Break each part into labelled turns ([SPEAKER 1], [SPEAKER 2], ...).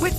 [SPEAKER 1] With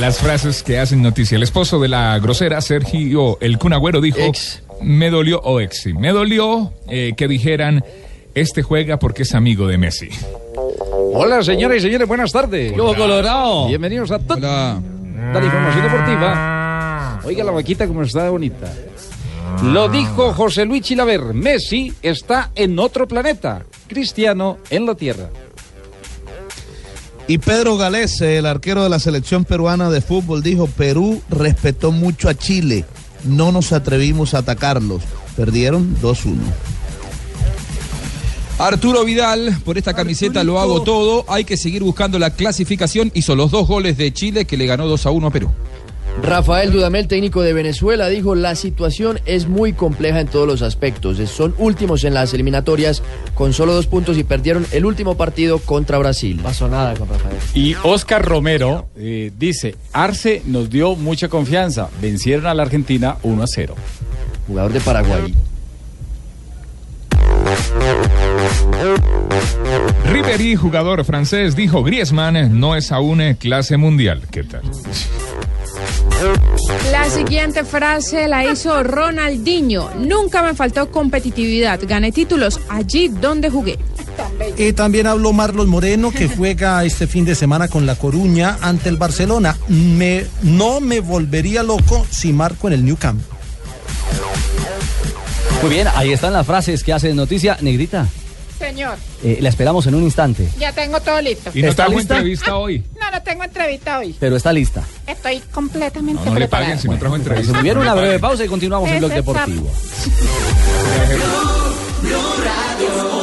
[SPEAKER 2] Las frases que hacen noticia. El esposo de la grosera, Sergio El Cunagüero, dijo:
[SPEAKER 3] Ex.
[SPEAKER 2] Me dolió, o ex, sí, me dolió eh, que dijeran: Este juega porque es amigo de Messi.
[SPEAKER 3] Hola, señoras y señores, buenas tardes.
[SPEAKER 4] Yo Colorado.
[SPEAKER 3] Bienvenidos a toda la información deportiva. Oiga la vaquita como está de bonita. Lo dijo José Luis Chilaver, Messi está en otro planeta, Cristiano en la Tierra.
[SPEAKER 5] Y Pedro Galés, el arquero de la selección peruana de fútbol, dijo, Perú respetó mucho a Chile, no nos atrevimos a atacarlos. Perdieron 2-1.
[SPEAKER 4] Arturo Vidal, por esta camiseta lo hago todo. Hay que seguir buscando la clasificación. Hizo los dos goles de Chile que le ganó 2 a 1 a Perú.
[SPEAKER 6] Rafael Dudamel, técnico de Venezuela, dijo la situación es muy compleja en todos los aspectos. Son últimos en las eliminatorias con solo dos puntos y perdieron el último partido contra Brasil.
[SPEAKER 7] pasó nada con Rafael.
[SPEAKER 8] Y Oscar Romero eh, dice, Arce nos dio mucha confianza, vencieron a la Argentina 1 a 0.
[SPEAKER 6] Jugador de Paraguay.
[SPEAKER 2] Ribery, jugador francés, dijo: Griezmann no es aún eh, clase mundial. ¿Qué tal?
[SPEAKER 9] La siguiente frase la hizo Ronaldinho. Nunca me faltó competitividad. Gané títulos allí donde jugué.
[SPEAKER 10] Y también habló Marlos Moreno, que juega este fin de semana con La Coruña ante el Barcelona. Me, no me volvería loco si marco en el New Camp.
[SPEAKER 4] Muy bien, ahí están las frases que hacen noticia. Negrita,
[SPEAKER 9] Señor,
[SPEAKER 4] eh, la esperamos en un instante,
[SPEAKER 9] ya tengo todo listo.
[SPEAKER 2] Y no
[SPEAKER 4] ¿Está
[SPEAKER 2] está
[SPEAKER 4] lista?
[SPEAKER 2] entrevista hoy.
[SPEAKER 9] No, no tengo entrevista hoy.
[SPEAKER 4] pero está lista.
[SPEAKER 9] Estoy completamente
[SPEAKER 2] No, no le paguen si no trajo entrevista.
[SPEAKER 4] Muy bien,
[SPEAKER 2] No le
[SPEAKER 4] una breve
[SPEAKER 2] paguen.
[SPEAKER 4] pausa y continuamos en Blog
[SPEAKER 9] Ese está-
[SPEAKER 4] Deportivo.